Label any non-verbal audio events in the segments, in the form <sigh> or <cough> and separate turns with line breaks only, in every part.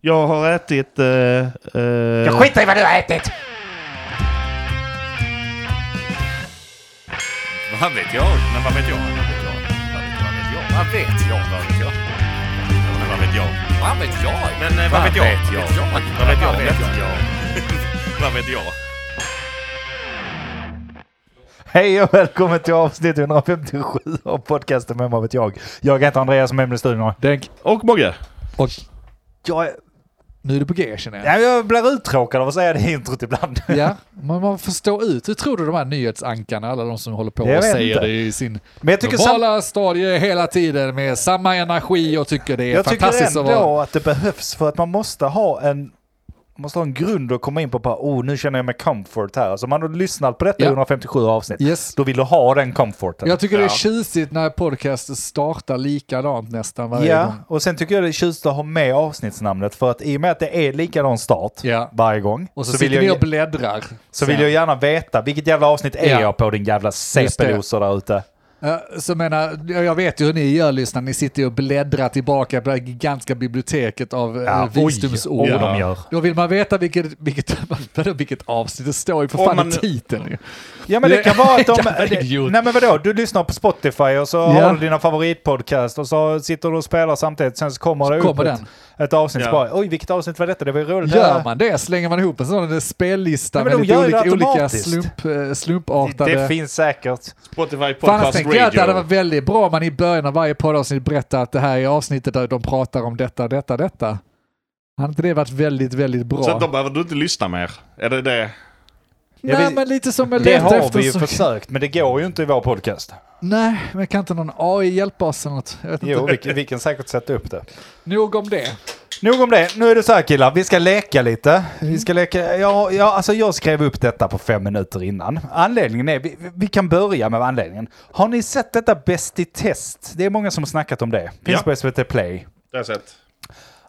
Jag har ätit... Eh, eh,
Jag skiter i vad du har ätit!
Vad vet jag? Men vad vet jag? Vad vet jag? Vad vet jag? Vad vet jag? Men Vad vet jag? Vad vet jag? Men eh, vad vet jag? Vad vet jag? Vad vet jag? <laughs> Vad vet jag?
Hej och välkommen till avsnitt 157 av podcasten Vem vad vet jag? Jag heter Andreas och med mig i studion har-
Denk.
och Mogge.
Och jag är... Nu är det på G känner jag.
Ja, jag blir uttråkad av att säga det introt ibland.
Ja, men man får stå ut. Hur tror du de här nyhetsankarna, alla de som håller på
Jag
och
vet
säger
inte.
det i sin
Men jag tycker, sam-
normala stadie hela tiden med samma energi och tycker det är
jag
fantastiskt
tycker
att vara...
ändå att det behövs för att man måste ha en måste ha en grund att komma in på bara, oh nu känner jag mig comfort här. Alltså om man har lyssnat på detta
Ja.
157 avsnitt,
Yes.
då vill du ha den comforten.
Jag tycker det är
Ja.
tjusigt när podcaster startar likadant nästan varje
Ja,
gång.
och sen tycker jag det är tjusigt att ha med avsnittsnamnet för att i och med att det är likadan start
Ja.
varje gång
Och så,
så, vill
sitter ni och
jag,
bläddrar.
så vill jag gärna veta vilket jävla avsnitt är
Ja.
jag på din jävla CP-loser där ute.
Eh, Så menar, jag jag vet ju hur ni gör lyssnare, ni sitter ju och bläddrar tillbaka på det här gigantiska biblioteket av ja, visdomsord.
Oj, oj, de
Ja.
gör.
Då vill man veta vilket, vilket, <laughs> vadå, vilket avsnitt det står ju för
Om
fan
man-
i titeln ju.
Ja
<laughs>
men det kan vara att de...
Jävla idiot.
Nej men vadå, du lyssnar på Spotify och så
Ja.
har du dina favoritpodcast och så sitter du och spelar samtidigt. Sen så kommer det
kommer
upp
den.
ett, ett avsnitt
Ja.
så bara oj vilket avsnitt var detta, det var ju roligt.
Gör man det? Slänger man ihop en sån spellista
Nej,
med
men de
lite
gör det
olika, olika
automatiskt.
slump, eh,
det,
slumpartade...
det finns säkert.
Spotify
Fan, jag
Podcast
tänkte jag att det hade varit
Radio.
väldigt bra om man i början av varje poddavsnitt berättar att det här är avsnittet där de pratar om detta, detta, detta. Hade inte det varit väldigt, väldigt bra?
Så att då behöver du inte lyssna mer. Är det det?
Ja,
Nej,
vi-
men lite som jag
Det
letar
har
efter.
vi ju
så-
försökt men det går ju inte i vår podcast.
Nej, men kan inte någon AI hjälpa oss eller något? Jag vet inte.
Jo, vi, vi kan säkert sätta upp det.
Nog om det.
Nog om det. Nu är det så här killar, vi ska leka lite. Vi ska leka. Ja, ja, alltså jag skrev upp detta på fem minuter innan. Anledningen är, vi, vi kan börja med anledningen. Har ni sett detta Bäst i test? Det är många som har snackat om det. Finns
Ja.
på SVT Play.
Det har jag sett.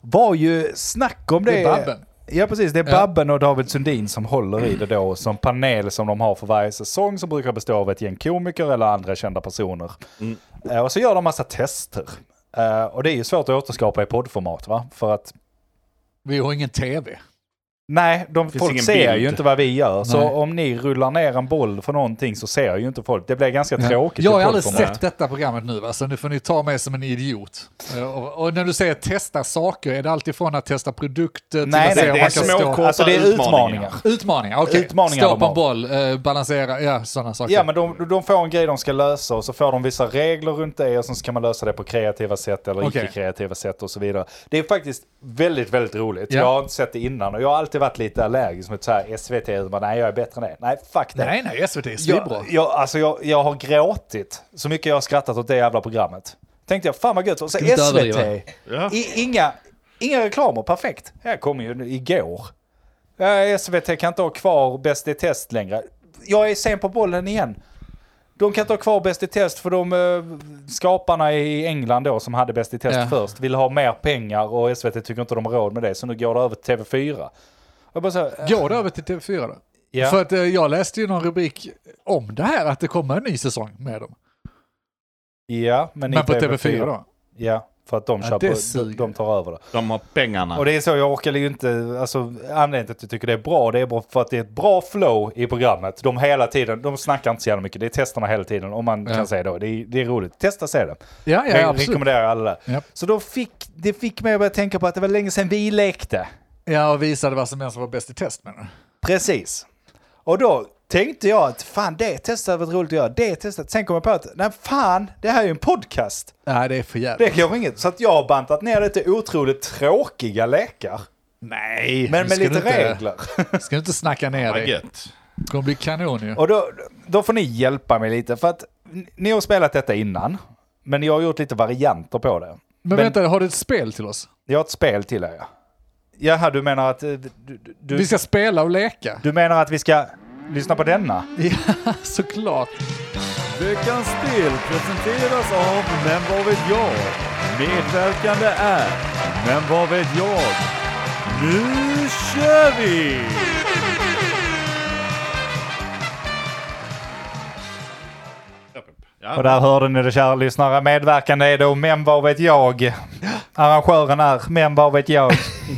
Var ju snack om det.
Det är Babben.
Ja precis, det är
Ja.
Babben och David Sundin som håller i det då som panel som de har för varje säsong som brukar bestå av ett gäng komiker eller andra kända personer.
Mm.
Eh, Och så gör de massa tester. Eh, Och det är ju svårt att återskapa i poddformat va? För att
Vi har ingen tv.
Nej, de,
Finns
folk
ingen
ser
bild.
ju inte vad vi gör. Så
Nej.
om ni rullar ner en boll för någonting så ser ju inte folk. Det blir ganska tråkigt.
jag
i
har aldrig
poddformat.
sett detta programmet nu, va? så nu får ni ta mig som en idiot. Eh, Och, och när du säger testa saker, är det alltifrån att testa produkter till
Nej, nej,
att se om
det
man
är
kan
små
stå...
kort.
Alltså det är utmaningar.
Utmaningar.
Utmaningar, okej.
Utmaningar
Stå
de
på
har.
en boll, eh, balansera, ja sådana saker.
Ja, men de, de får en grej de ska lösa och så får de vissa regler runt det och sen ska man lösa det på kreativa sätt eller
Okej.
icke-kreativa sätt och så vidare. Det är faktiskt väldigt, väldigt roligt.
Ja.
Jag har inte sett det innan och jag har alltid varit lite allergisk mot så här SVT, hur man, nej jag är bättre än det. Nej, fuck det.
Nej, nej, SVT är svinbra.
Jag, jag, alltså jag, jag har gråtit så mycket jag har skrattat åt det jävla programmet. Tänkte jag, fan vad gött. Och så
Ska vi inte
SVT.
överdriva?
Ja.
I, inga, inga reklamer, perfekt. Jag kom ju igår. Ja, SVT kan inte ha kvar Bäst i test längre. Jag är sen på bollen igen. De kan inte ha kvar Bäst i test för de eh, skaparna i England då som hade Bäst i test
Ja.
först vill ha mer pengar och SVT tycker inte de har råd med det så nu går det över till TV4. Jag bara så, här, eh,
Går det över till TV4 då?
Ja.
För att eh, jag läste ju någon rubrik om det här, att det kommer en ny säsong med dem.
ja, men,
Men
i
på TV4 då?
Ja, för att de,
Ja,
kör
det
på, de,
suger.
de tar över det.
De har pengarna.
Och det är så, jag orkar ju inte, alltså anledningen till att jag tycker det är bra, det är bara för att det är ett bra flow i programmet. De hela tiden, de snackar inte så jävla mycket, det är testerna hela tiden, om man
Ja.
kan säga då. Det är, det är roligt, testa se det.
Ja, ja,
Re-
absolut.
rekommenderar jag alla där.
Japp.
Så då fick, det fick mig att börja tänka på att det var länge sedan vi lekte.
Ja, och visade vad som vem som var bäst i test menar du?
Precis. Och då tänkte jag att fan det testet hade varit roligt att göra, det testet. Sen kom jag på att, nej fan, det här är ju en podcast.
Nej, det är för jävligt.
Det går inget. Så att jag har bantat ner det till otroligt tråkiga lekar.
Nej,
Men
nu
med
ska
lite
du inte,
regler.
Ska du inte snacka ner
Vad
dig?
gött.
Det kommer bli kanon ju.
Och då, då får ni hjälpa mig lite, för att n- ni har spelat detta innan. Men jag har gjort lite varianter på det.
Men vänta, har du ett spel till oss?
Jag har ett spel till er. ja. Jaha, du menar att... eh, Du, du- du,
Vi ska spela och leka.
du menar att vi ska lyssna på denna?
Ja, <laughs> såklart.
Veckans spel presenteras av Men vad vet jag? Medverkande är Men vad vet jag? Nu kör vi!
Ja.
Och där hörde ni det kära lyssnare. Medverkande är då Men vad vet jag? Arrangören är, men vad vet jag.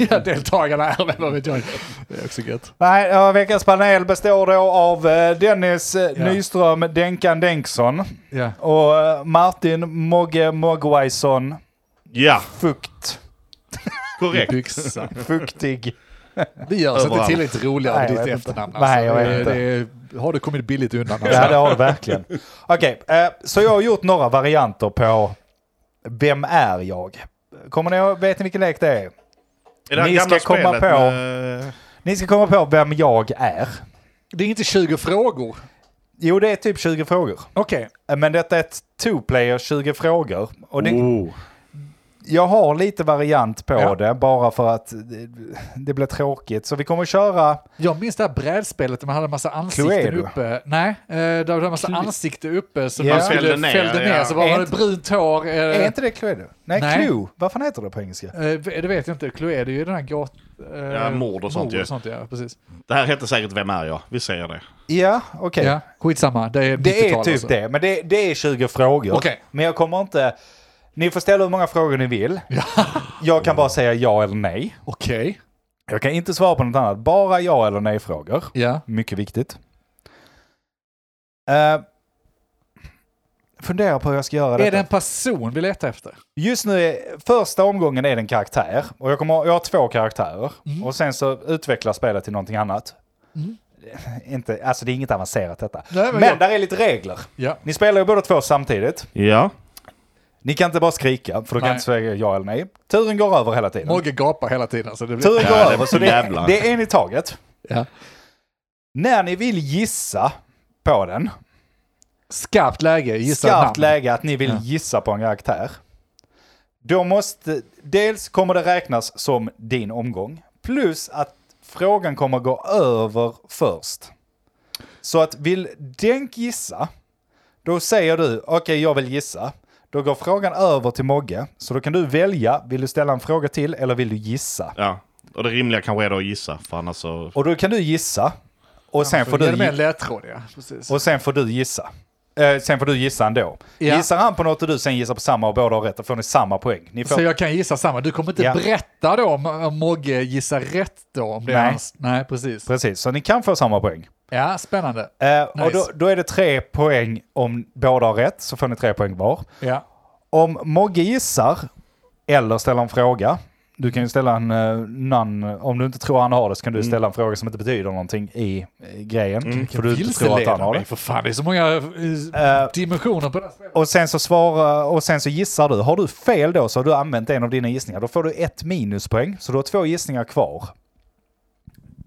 Ja, deltagarna är med, vad vet jag. Det är också gött.
Nej, ja, veckans panel består då av eh, Dennis eh, Nyström Denkan Denksson
Ja.
och eh, Martin Mogge Mogwaison
Ja,
Fukt.
korrekt.
Byxa.
Fuktig.
Vi gör oss inte
Överallt.
tillräckligt roliga av
Nej, jag
ditt
vet
efternamn.
inte. Nej, jag
Alltså,
vet
det, det, har du kommit billigt undan? Alltså.
<laughs> Ja, det har du verkligen. Okej, eh, så jag har gjort några varianter på Vem är jag? Kommer ni att veta vilken lek det är?
Är det här
Ni
gamla
ska komma
spelet
på-
med- eh,
Ni ska komma på vem jag är.
Det är inte 20 frågor.
Jo, det är typ 20 frågor.
Okej.
Eh, Men detta är ett two-player 20 frågor. Och det,
Oh.
Jag har lite variant på
Ja.
det, bara för att det, det blir tråkigt. Så vi kommer att köra...
Jag minns det här brädspelet där man hade en massa ansikten
Cluedo.
uppe. Nej, eh, där var det en massa ansikten uppe som
Ja.
man skulle, fällde
Fällde
ner.
ner,
ner
ja.
så bara
Är
var det
inte-
brunt hår. eh,
Är inte det Cluedo? Nej,
Nej.
Clue. Vad fan heter det på engelska?
eh, det vet jag inte. Cluedo är ju den här gat... eh,
Ja, mord och sånt ju.
och sånt ja, precis.
Det här heter säkert Vem är jag? Vi säger det.
Ja, okej.
Ja, skitsamma. Det är,
Det
90-tal
är typ
alltså.
det, men det, det är 20 frågor.
Okej.
Men jag kommer inte... Ni får ställa hur många frågor ni vill. Jag kan bara säga ja eller nej.
Okej.
Jag kan inte svara på något annat. Bara ja eller nej-frågor.
Ja.
Mycket viktigt. Eh, fundera på hur jag ska göra
Är
detta.
det en person vi letar efter?
Just nu, är, första omgången är det en karaktär. Och jag, kommer, jag har två karaktärer.
Mm.
Och sen så utvecklar spelet till någonting annat. Inte, alltså det är inget avancerat detta.
Nej, men
men
jag-
där är lite regler.
Ja.
Ni spelar ju båda två samtidigt.
Ja.
Ni kan inte bara skrika, för du
Nej.
kan inte säga ja eller nej. Turen går över hela tiden.
Mogge gapar hela tiden. Så det blir...
Turen går
Ja, det-
över, så det,
jävlar.
det är en i taget.
Ja.
När ni vill gissa på den,
Skarpt läge, gissa
skarpt
namn.
läge att ni vill gissa på en karaktär. Då måste, dels kommer det räknas som din omgång, plus att frågan kommer gå över först. Så att vill Denk gissa, då säger du okej jag vill gissa. Då går frågan över till Mogge, så då kan du välja, vill du ställa en fråga till eller vill du gissa?
ja. Och det rimliga kanske är då att gissa, för annars så...
Och då kan du gissa, och sen får
Får
du
du med en
gi-
ledtråd, ja. Precis.
Och sen får du gissa. Eh, sen får du gissa ändå.
Ja.
Gissar han på något och du sen gissar på samma och båda har rätt, då får ni samma poäng. Ni får...
Så jag kan gissa samma. Du kommer inte
Ja.
berätta då om, om Mogge gissar rätt då? Om det Är
Nej.
hans... Nej, precis.
Precis, så ni kan få samma poäng.
Ja, spännande.
Eh, Och
Nice.
då, då är det tre poäng om båda har rätt, så får ni tre poäng var.
Ja.
Om Mogge gissar, eller ställer en fråga, du kan ju ställa en eh, nan, om du inte tror han har det så kan
Mm.
du ställa en fråga som inte betyder någonting i eh, grejen. För du inte tror att han har det.
mig, för fan. Det är så många eh,
Eh,
dimensioner på det här spelet.
Och sen så svara, och sen så gissar du. Har du fel då så har du använt en av dina gissningar. Då får du ett minuspoäng, så du har två gissningar kvar.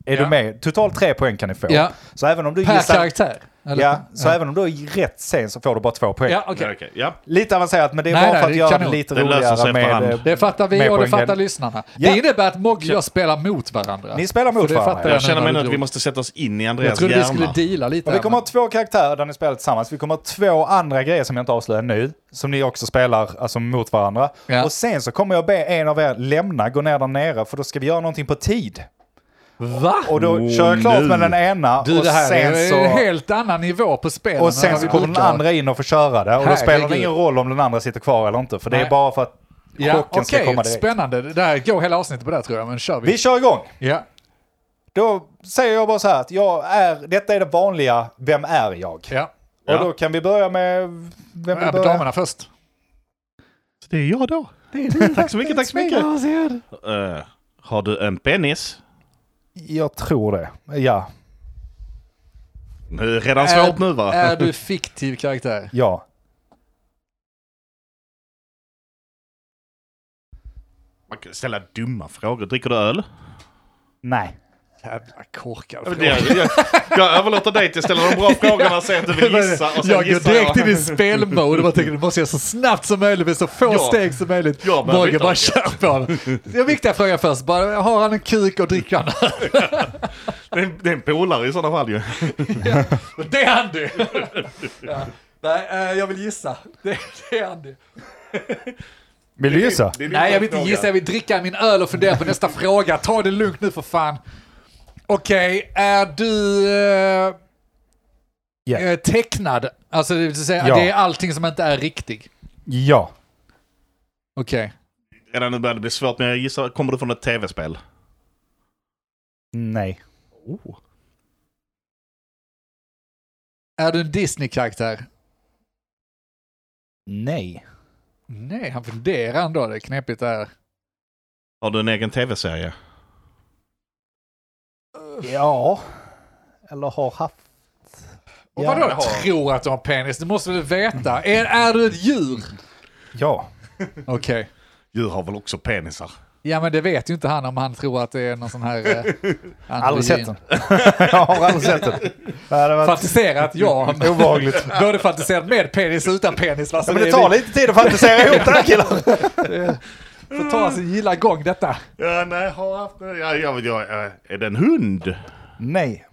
Är
Ja.
du med? Totalt tre poäng kan ni få.
Ja.
Så även om du
Per
gissar...
karaktär? eller?
Ja, så även om du är rätt sen så får du bara två poäng.
ja okej.
Ja, okej. Ja.
Lite avancerat, men det är
Nej,
bara
nej,
för att
det
göra
kanon.
det lite
Det löser
roligare
sig
med...
efterhand.
eh,
Det fattar vi
Med
och det
poäng.
fattar lyssnarna.
Ja.
Det innebär att Mogge och jag spelar mot varandra.
Ni spelar mot
För det
varandra,
fattar
ja.
jag
Jag
nu
känner
när
mig
du
nu att vi
drog.
måste sätta oss in i
Jag
Andreas
trodde vi skulle
hjärna.
deala lite.
Och vi
här,
kommer
men-
ha två karaktärer där ni spelar tillsammans. Vi kommer ha två andra grejer som jag inte avslöjar nu, som ni också spelar alltså, mot varandra.
Ja.
Och sen så kommer jag be en av er lämna, gå ner där nere, för då ska vi göra någonting på tid.
Va?
Och då
Åh,
kör jag klart
nu.
med den ena
Du,
och
det här
sen
är en
så...
helt annan nivå på spelet.
Och sen så kommer den andra in och får köra det. Och då
Herregud.
spelar det ingen roll om den andra sitter kvar eller inte. För det
Nej.
är bara för att
ja,
chocken ska
okej,
komma direkt.
Spännande. Det där går hela avsnittet på det här, tror jag, men kör vi.
Vi kör igång!
Ja.
Då säger jag bara så här att jag är... Detta är det vanliga, vem är jag?
ja.
Ja.
Och då kan vi börja med... Vem
ja
vill
men
börja?
damerna först.
Det är jag då. tack så mycket, tack så mycket. Eh, har du en penis?
Jag tror det. Ja,
Det är redan svårt nu va?
Är du fiktiv karaktär?
ja.
Man kan ställa dumma frågor. Dricker du öl?
Nej.
Jävla korkad
Jag, jag, jag överlåter dig till att ställa de bra frågorna och säga att du vill gissa. Och sen
jag går
gissar
direkt
jag.
in i spelmode och bara tänker nu måste jag så snabbt som möjligt med så få
Ja.
steg som möjligt.
Ja, men
Morgan
vi tar
bara
det.
kör på. Den viktiga frågan först, bara, har han en kuk och dricker han öl?
Det är en- Det är en polare i sådana fall ju.
<laughs> Det är Andy! ja. Nej, eh, jag vill gissa. Det, det är Andy.
Vill du gissa?
Det är din
Nej, jag vill
fråga.
inte gissa. Jag vill dricka min öl och fundera på nästa fråga. Ta det lugnt nu för fan. Okej, är du eh,
Ja.
eh, tecknad? Alltså det vill säga,
Ja.
det är allting som inte är riktigt.
Ja.
Okej.
Redan nu börjar det bli svårt, men jag gissar, kommer du från ett tv-spel?
Nej.
Oh.
Är du en Disney-karaktär?
Nej.
Nej, han funderar ändå. Det är knepigt det här.
Har du en egen tv-serie?
Ja. Eller har haft.
Och
Ja,
vadå
det har-
tror att du har penis? Det måste du väl
<laughs>
veta? Är, är du ett djur?
Ja.
Okej.
Djur har väl också penisar?
Ja, men det vet ju inte han om han tror att det är någon sån här... Eh, androgyn.
<laughs> Aldrig sett den. jag har aldrig sett den. Det hade varit
Fantiserat,
<laughs>
ja. men
obehagligt.
<laughs> Både fantiserat med penis och utan penis. Va? Så
Ja, men det
är-
tar lite tid att fantisera ihop det här killar.
får ta sin gilla gång detta.
Ja, nej, har haft... Ja, jag vet, jag, eh, är det en hund?
Nej.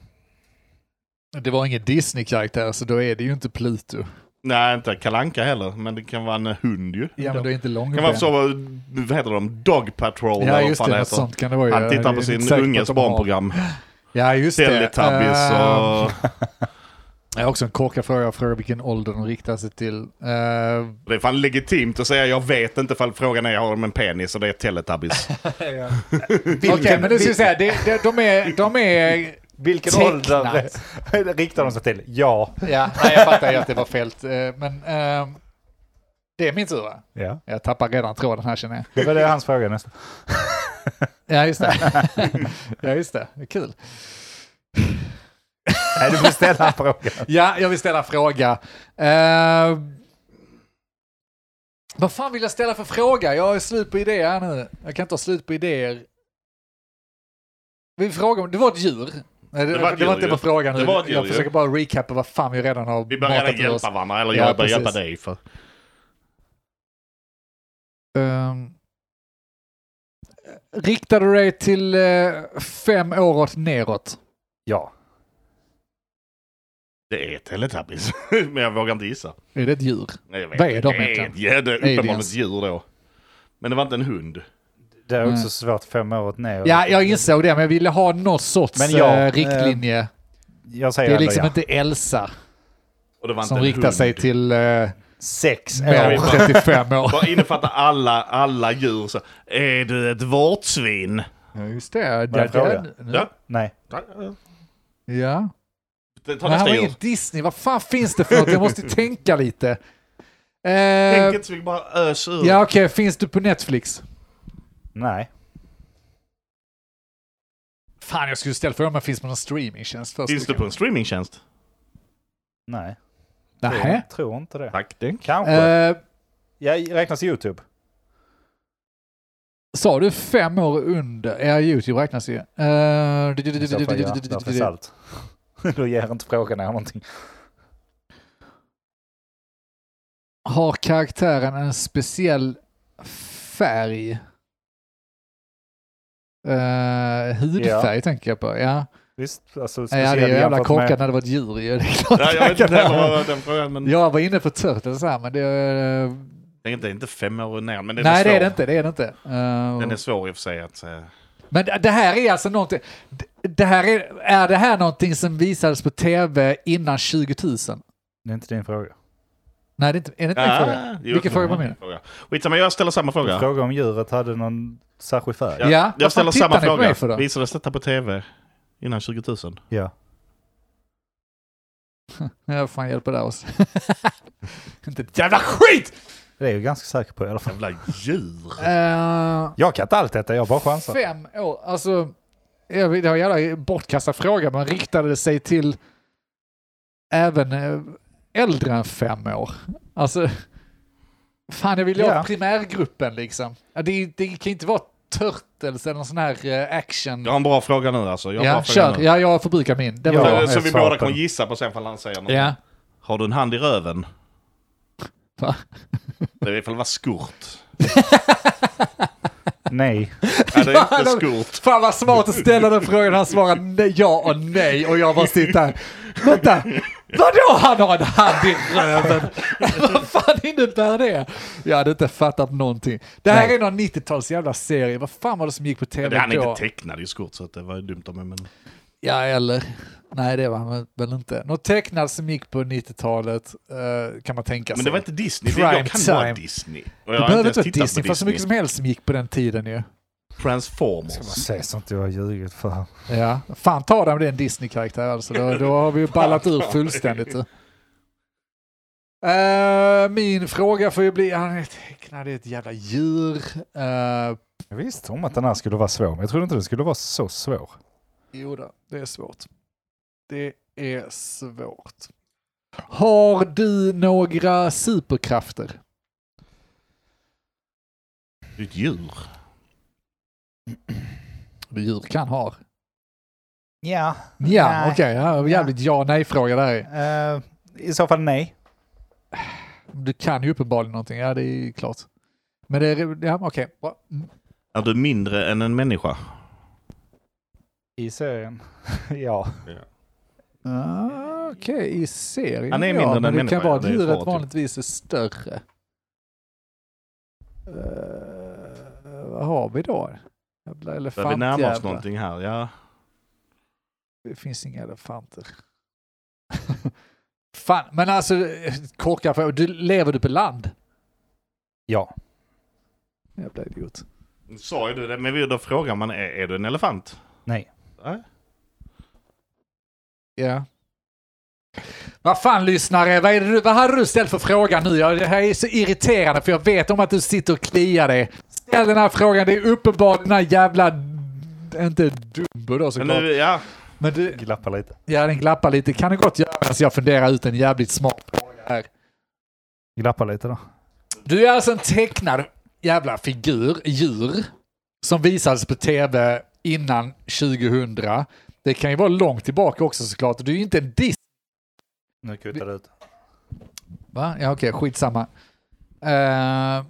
Det var ingen Disney-karaktär, så då är det ju inte Pluto.
Nej, inte kalanka heller, men det kan vara en hund ju.
Ja, men det är inte
kan vara
långben.
så, vad heter de? Dog Patrol
Ja,
eller vad
just
fan
det.
det
Något
heter.
sånt kan det vara. ju.
Han tittar
Jag
på
är inte
sin
säker på
unges
att de har-
barnprogram.
Ja, just det.
Teletubbies
Eh,
och...
Jag har också en korkad fråga. Jag frågar vilken ålder de riktar sig till. Eh,
Det är fan legitimt att säga jag vet inte ifall frågan är har de en penis och det är Teletubbies.
Okej, men det ska jag säga. Det, det, de är... De är
Vilken
Tecknat.
ålder riktar de sig till? Ja.
ja, nej, jag fattar ju att det var fält. eh, Men ehm, det är min tur, va?
ja.
Jag tappar redan tråden här, känner jag.
Det var det hans fråga nästan.
Ja, just det. <laughs> ja, just det. det är kul.
Nej, du får ställa frågan.
Ja, jag vill ställa en fråga. Eh, vad fan vill jag ställa för fråga? Jag är slut på idéer här nu. Jag kan inte ha slut på idéer. Vi frågar om... Det var ett djur. Nej, det,
Det
det,
var
var,
ett djur
inte
ju.
vad frågan
Det
nu.
var ett djur
Jag
ju.
försöker bara recappa vad fan vi redan har
Vi
<laughs>
börjar redan hjälpa varandra, eller
Ja,
jag börjar hjälpa
precis.
dig. För...
Um, riktar du dig till eh, fem år åt neråt?
Ja.
Det är Teletubbies, <laughs> men jag vågar inte gissa.
Är det ett djur?
Nej, jag vet
Vad är
inte.
de
Det
egentligen?
Ja, det är uppenbarligen
Aliens.
ett djur då. Men det var inte en hund.
Det är också
Mm.
svårt fem år åt ner.
Ja, jag insåg det, men jag ville ha någon sorts
Men ja,
eh, riktlinje.
Jag
det
säger
är
ändå
liksom
ja.
inte Elsa
Och det var
som
inte en
riktar
hund.
sig till eh,
Sex
mer
år.
än 35 år.
Bara innefatta alla, alla djur. Så, är du ett vårtsvin?
Ja, Just det.
Var det en fråga?
ja.
Ja.
Nej.
ja.
Ta
Men
nästa
här var
djur.
ingen Disney. Vad fan finns det för något? Jag måste tänka lite. Eh,
Tänk inte så vi bara ös ur.
ja, okej. Finns du på Netflix?
Nej.
Fan, jag skulle ställa frågan om jag finns på någon streamingtjänst först.
Finns du på en streamingtjänst?
Nej.
Nej.
Jag tror inte det.
Tack, tänk.
Kanske.
Eh,
jag räknas YouTube.
sa du fem år under? Ja, YouTube räknas ju. Eh,
I så fall, ja. Där finns allt. Då ger inte frågan er någonting.
Har karaktären en speciell färg? Eh, hudfärg tänker jag på. Ja,
Visst, alltså
ja det är
speciellt
ju jävla
jämfört
korkat
med...
när det var ett djur ju. Det är klart
Ja, jag vet
<laughs> jag,
inte
kan
heller vad den frågan, men...
jag var inne på turtles här, men det... eh,
Tänk inte, det är inte fem år ner, men den
nej,
är svår.
det är det inte. Det är det inte. Eh,
Den är svår i och för sig att... eh,
Men det- det här är alltså någonting... d- Det här är, är det här någonting som visades på tv innan 20 000?
Det är inte din fråga.
Nej, det är inte, är det inte min
Ah,
fråga?
jo,
Vilken
det var
fråga var min?
min fråga? Skitsamma, jag ställer samma fråga.
Fråga om djuret hade någon särskild färg.
Ja, vad fan
jag ställer
tittar
samma
ni på mig
fråga.
för då?
Visades detta på tv innan 20 000?
Ja.
Ja, vad fan hjälper det oss? <laughs> inte ett jävla skit!
Det är jag ganska säker på i alla fall.
Jävla djur!
Eh,
Jag kan inte allt detta, jag bara chansar.
Fem år, alltså. jag vet, Det var en jävla bortkastad fråga, men riktade det sig till även eh, äldre än fem år? Alltså, fan jag vill ju
Ja.
ha primärgruppen liksom. Ja, Det, det kan ju inte vara Turtles eller någon sån här eh, action.
Jag har en bra fråga nu alltså. Jag har en
ja
bra fråga
kör.
nu.
Ja, jag förbrukar min. Det
Ja,
var
Så-
bra.
så
jag
vi
svarar
båda
på
kan
den.
gissa på sen ifall han säger något.
Ja.
Har du en hand i röven?
Va?
Det är ifall det var
<laughs>
skurt.
Nej.
Nej, det är inte
eller-
skurt.
Fan vad smart att ställa den frågan. Han svarade nej, ja och nej och jag bara sitter här. Vänta, vadå han har en hand i röven? <laughs> vad fan innebär det? Jag hade inte fattat någonting. Det här
Nej.
är någon 90-tals jävla serie. Vad fan var det som gick på tv
Det, han är
då?
inte tecknad i skurt så att det var dumt av mig. Men...
Ja, eller? Nej, det var han väl inte. Något tecknat som gick på 90-talet eh, kan man tänka sig.
Men det var inte Disney. Det,
Prime
jag kan vara
time.
Disney. Och
Det
jag har
behöver
inte ens tittat på
inte vara Disney, Disney, fast så mycket som helst som gick på den tiden ju.
Transformers.
säga sånt jag har ljugit för.
Ja. Fan ta dig med en Disney-karaktär alltså. Då, då har vi ju ballat ur fullständigt. Eh, min fråga får ju bli, han är tecknad i ett jävla djur. Eh,
Jag visste om att den här skulle vara svår, men jag trodde inte den skulle vara så svår.
Jo då, det är svårt. Det är svårt. Har du några superkrafter?
Det är ett djur.
Djur kan ha.
Ja.
Ja,
Nej.
okej. ja, jävligt ja nej-fråga där.
eh, I så fall nej.
Du kan ju uppenbarligen någonting, ja det är ju klart. Men det är, ja okej. Bra. Mm.
Är du mindre än en människa?
I serien? <laughs> ja.
Ah, Okej, i serien
Han är mindre
ja,
än
men det
människa,
kan vara
ja,
att
det är svaret,
djuret
ju.
vanligtvis är större. Eh, vad har vi då? Jävla
Där vi närmar oss
elefantjävlar.
någonting här, ja.
Det finns inga elefanter. <laughs> Fan, men alltså korkar för du lever du på land?
Ja.
Jävla idiot.
Nu Sa ju du det, men då frågar man, är, är du en elefant?
Nej.
Nej.
Ja. Vad fan lyssnare, vad, är det, du- vad hade du ställt för fråga nu? Jag, det här är så irriterande för jag vet om att du sitter och kliar dig. Ställ den här frågan, det är uppenbart den här jävla... Inte Dumbo då
Men
såklart.
nu, ja.
Men du,
Glappar lite.
ja den glappar lite. Kan det gott göra så jag funderar ut en jävligt smart fråga här.
Glappar lite då.
Du är alltså en tecknad jävla figur, djur, som visades på tv innan 2000. Det kan ju vara långt tillbaka också såklart. Du är ju inte en dis...
Nu kuttar det ut.
Va? Ja okej, skitsamma. Uh,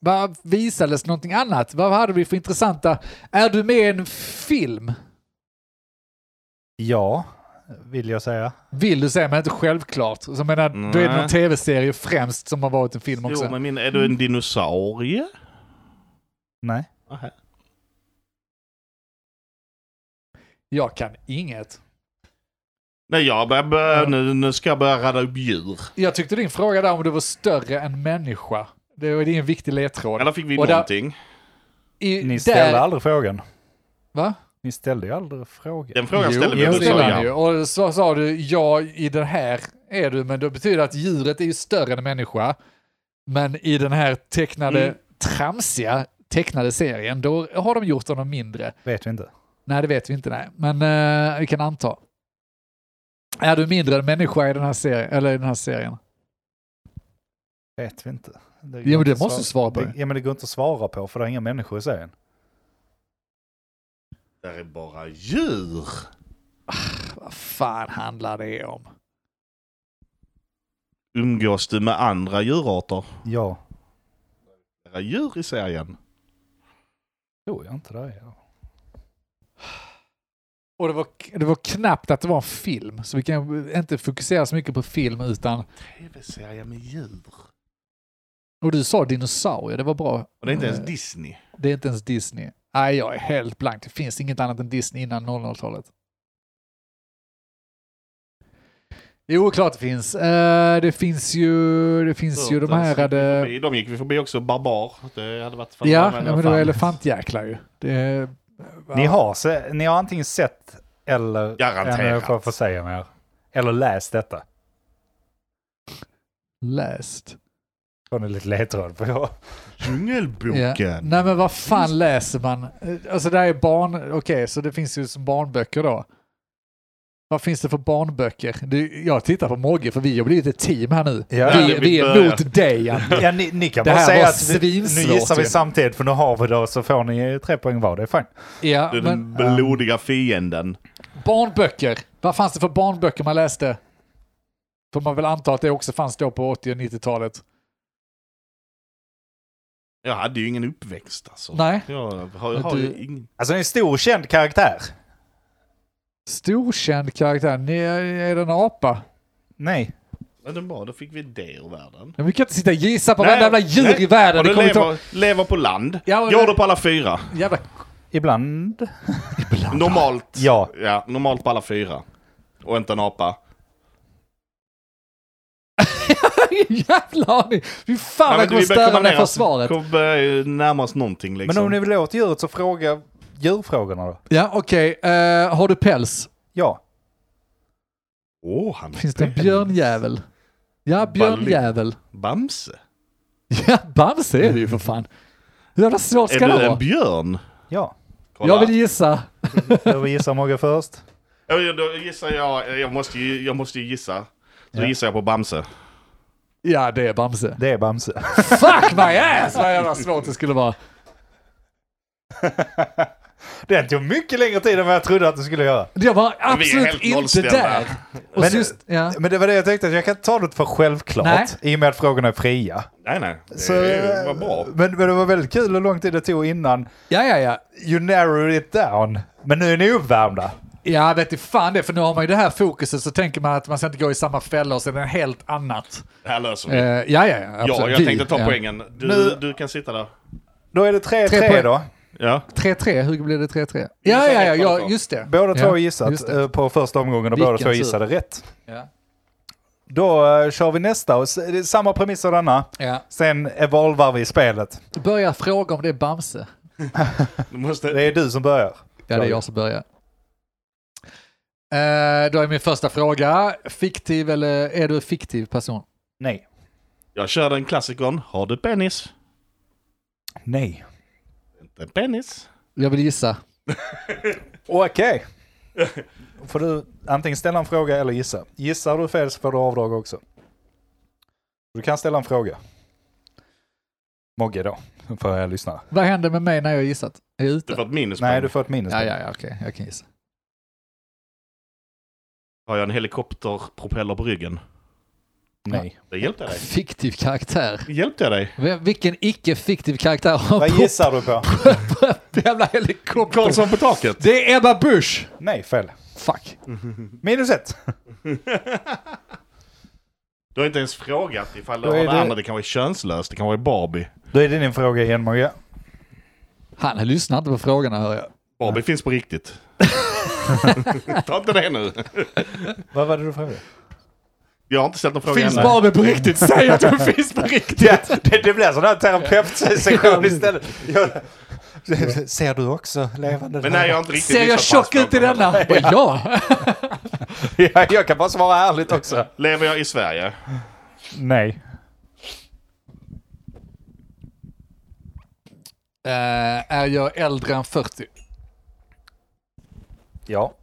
vad visades någonting annat? Vad hade vi för intressanta... Är du med i en film?
Ja, vill jag säga.
Vill du säga, men inte självklart. Så jag menar, då är det
Nej.
någon tv-serie främst som har varit en film också. Mm.
Jo, men min, är du en dinosaurie?
Nej.
Aha.
Jag kan inget.
Nej, jag börjar, börjar, nu, nu ska jag börja rada upp djur.
Jag tyckte din fråga där om du var större än människa. Det var det är en viktig ledtråd.
Eller fick vi
Och där-
någonting?
I,
Ni ställde
där,
aldrig frågan.
Va?
Ni ställde ju aldrig frågan.
Den frågan ställde vi
jo,
nu,
det
så
var han ju.
ja.
Och så sa du ja, i den här är du, men det betyder att djuret är ju större än en människa. Men i den här tecknade,
Mm.
tramsiga tecknade serien, då har de gjort honom mindre.
Vet vi inte.
Nej, det vet vi inte, nej. Men eh, vi kan anta. Är du mindre än människa i den här serien? Eller i den här serien?
Vet vi inte. Det går
Jo, men
inte
det
att
måste du svara på.
Det, ja, men det går inte att svara på för det är inga människor i serien.
Där är bara djur.
Vad fan handlar det om?
Umgås du med andra djurarter?
Ja.
Är djur i serien?
Tror jag inte det. är.
Och det var, det var knappt att det var en film, så vi kan inte fokusera så mycket på film utan...
Tv-serie med djur.
Och du sa dinosaurier, det var bra.
Och det är inte
Eh,
ens Disney.
det är inte ens Disney. Nej, jag är helt blank. Det finns inget annat än Disney innan 00-talet. Jo, klart det finns. Eh, det finns ju, det finns ju de
Turtles
här...
gick vi
Hade,
förbi. De gick vi förbi också. Barbar. Det hade varit fan-
Eh. ja,
en
men det var
elefant.
elefantjäklar ju. Det,
Ni, har, se, ni har antingen sett eller...
Garanterat.
eller Får, får säga mer. Eller läst detta.
Läst.
Får ni lite ledtråd på. Ja.
Djungelboken.
Ja. Nej men vad fan läser man? Eh, Alltså det här är barn... Okej, så det finns ju som barnböcker då. Vad finns det för barnböcker? Du, jag tittar på Mogge för vi har blivit ett team här nu.
Ja,
vi,
det- vi
vi är
börjar.
mot dig Andy.
Ja, ni, ni kan
Det
bara
här
säga
var
att vi, nu
svinsvårt
gissar vi
ju.
samtidigt för nu har vi det och så får ni tre poäng var. Det är fint.
Ja,
Det är
men
den blodiga fienden.
barnböcker. Vad fanns det för barnböcker man läste? Får man väl anta att det också fanns då på 80 och 90-talet.
Jag hade ju ingen uppväxt alltså.
Nej.
Jag har, jag
Men
har
du-
ju ingen...
Alltså en stor känd karaktär.
Storkänd karaktär. Ni är, är det en apa?
Nej.
Men det var, då fick vi det ur världen.
Men vi kan inte sitta och gissa på
Nej,
varenda jävla djur
nej.
i världen.
Och
Det
du
kommer
lever,
ta...
lever på land.
Ja, och
Gör
det-
det på alla fyra.
Jävla <laughs>
Ibland.
Normalt.
Ja.
Ja, normalt på alla fyra. Och inte en apa.
Jävla aning! Fy fan
Nej,
vad
men
går
vi börjar komma
ställa det
ner oss-
försvaret.
kom- börjar närma oss någonting liksom.
Men om ni vill åt djuret så fråga djurfrågorna då.
Ja, okej. Eh, har du päls?
Ja.
Åh, han
Finns det en björnjävel? Ja, björnjävel. <laughs>
Bamse?
Ja, Bamse är det ju för fan. Hur jävla svårt
Är
ska
du
det
en
vara?
björn?
Ja.
Kolla.
Jag vill gissa.
Jag vill gissa Mogge först.
Ja, ja, Då gissar jag, jag måste ju, jag måste ju gissa. Då gissar jag på Bamse.
Ja, det är Bamse.
Det är Bamse.
Fuck my ass! Vad jävla svårt det skulle vara.
Det tog mycket längre tid än vad jag trodde att det skulle göra.
Jag var
Vi är
absolut
helt
inte
nollställda.
där. Och
Men-
just, ja.
Men det var det jag tänkte, att jag kan inte ta något för självklart
Nej.
i och med att frågorna är fria.
Nej, nej. Det
Så, eh,
var bra.
Men, men det var väldigt kul hur lång tid det tog innan
ja, ja, ja.
you narrowed it down. Men nu är ni uppvärmda.
Ja, vet du fan det, för nu har man ju det här fokuset så tänker man att man ska inte gå i samma fälla och sen är det helt annat.
Det här löser vi.
Eh, ja, ja, ja.
Mm. ja,
absolut.
jag
Vi,
tänkte ta
ja.
poängen. Du,
Nu-
du kan sitta där.
Då är det
Tre
3-3
poäng.
då.
Ja.
3-3, hur blir det 3-3? Ja, ja, ja, ja, just det.
Båda två
ja,
har gissat
just det.
eh, på första omgången och
Vilken
båda två
tur.
gissade rätt.
Ja.
Då eh, kör vi nästa och s- det är samma premiss som denna.
Ja.
Sen är valvarv i spelet.
Börja fråga om det är Bamse.
Du måste...
Det är du som börjar.
Ja, det är jag som börjar. Eh, då är min första fråga, fiktiv eller är du en fiktiv person?
Nej.
Jag kör den klassikern. Har du penis?
Nej.
Inte en penis.
Jag vill gissa.
Okej. Får du antingen ställa en fråga eller gissa. Gissar du fel så får du avdrag också. Du kan ställa en fråga. Mogge då, för jag lyssnar.
Vad händer med mig när jag gissat? Är jag
Du
ute?
får ett minuspoäng.
Nej, du får ett
Ja,
minuspoäng.
ja, ja, okej, jag kan gissa.
Har jag en helikopterpropeller på ryggen?
Nej.
Det hjälpte jag dig.
Fiktiv karaktär.
Det hjälpte jag dig.
Vem- Vilken icke-fiktiv karaktär har
Vad
på-
gissar du på?
jävla helikopter?
Karlsson på taket.
Det är Ebba Busch!
Nej, fel.
Fuck.
Minus ett.
Du har inte ens frågat ifall det
Då
var
är
det
det-
andra. Det kanske är könslöst. Det kanske är Barbie.
Då är det din fråga igen, Mogge.
Han lyssnar inte på frågorna hör jag.
Barbie finns på riktigt. Ta inte det nu.
Vad var det du frågade?
Jag har inte ställt någon fråga
Finns
än.
Barbie på riktigt? Säg att hon finns på riktigt!
Ja, <laughs> det, det blir sån här terapeutsession istället. Jag, <laughs> ser du också levande <laughs>
Men nej, jag har inte riktigt
Ser jag
lyssnat på hans
tjock ut i
frågor.
denna? Bara, Ja!
jag, jag kan bara svara ärligt också.
Lever jag i Sverige?
Nej.
Eh, är jag äldre än 40?
Ja.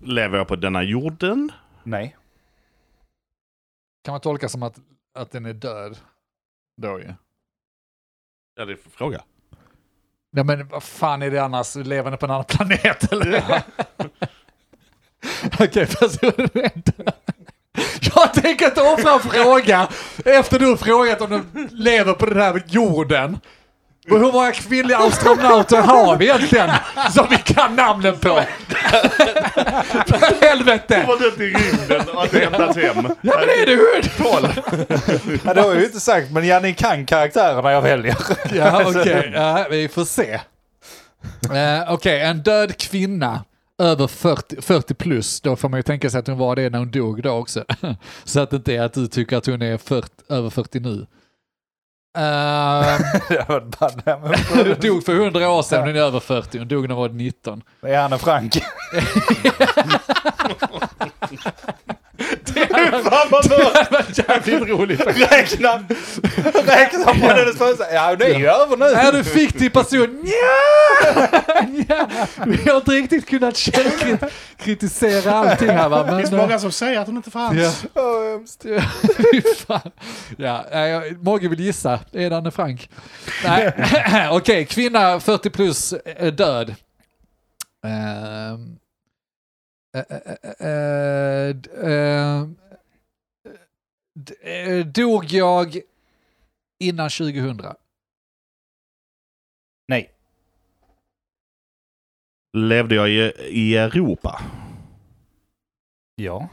Lever jag på denna jorden?
Nej.
Kan man tolka som att, att den är död? Då ju.
Ja, det är för fråga.
Nej men vad fan är det annars? Levande på en annan planet eller? <laughs> Okej, personen är död. Jag tänker inte offra en fråga efter du har frågat om de lever på den här jorden. Och hur många kvinnliga astronauter har vi egentligen som vi kan namnen på? För helvete!
Var du till rymden och hade hämtats hem?
Ja men är det hur?
Ja, det har jag ju inte sagt, men ja, ni kan karaktärerna jag väljer.
Ja
<laughs>
okej, ja, vi får se. Eh, okej, en död kvinna över 40, 40 plus, då får man ju tänka sig att hon var det när hon dog då också. <laughs> Så att det inte är att du tycker att hon är 40, över 40 nu.
<laughs>
Eh,
<laughs> Det var bara- nej, men-
hon dog för 100 år sedan, hon är över 40, hon dog när hon var 19.
Det är Anne <laughs> Frank.
Fan vad bra!
Jävligt roligt.
Räkna, räkna på hennes födelsedag. Ja, det är ju över nu.
Är du fiktiv person? Nja! Nja! Vi har inte riktigt kunnat källkrit- kritisera allting här va. Men,
Det finns
eh,
många som säger att hon inte fanns.
ja.
Åh, jag måste-
Ja, fy fan. ja, nej, jag- Mogge vill gissa. Är det Anne Frank? Nej, okej. kvinna 40 plus är död. Ehm, eh, eh, eh, d- ehm, d- eh, Dog jag innan 2000?
Nej.
Levde jag i, i Europa?
Ja.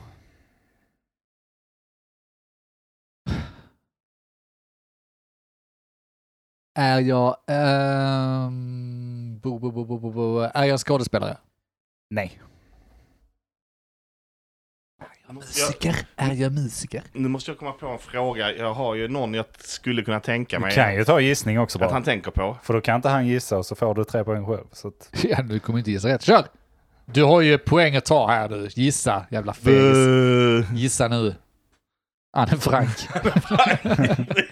Är jag... ehm, bo, bo, bo, bo, bo, bo. Är jag skådespelare?
Nej.
Musiker? Är jag musiker?
Nu måste jag komma på en fråga. Jag har ju någon jag skulle kunna tänka
Du
mig
kan ju ta gissning också
att
bara.
han tänker på.
För då kan inte han gissa och så får du tre poäng själv. Så att...
<laughs> Ja, du kommer inte gissa rätt. Kör! Du har ju poäng att ta här du. Gissa, jävla fegis.
Buh.
Gissa nu. Anne Frank.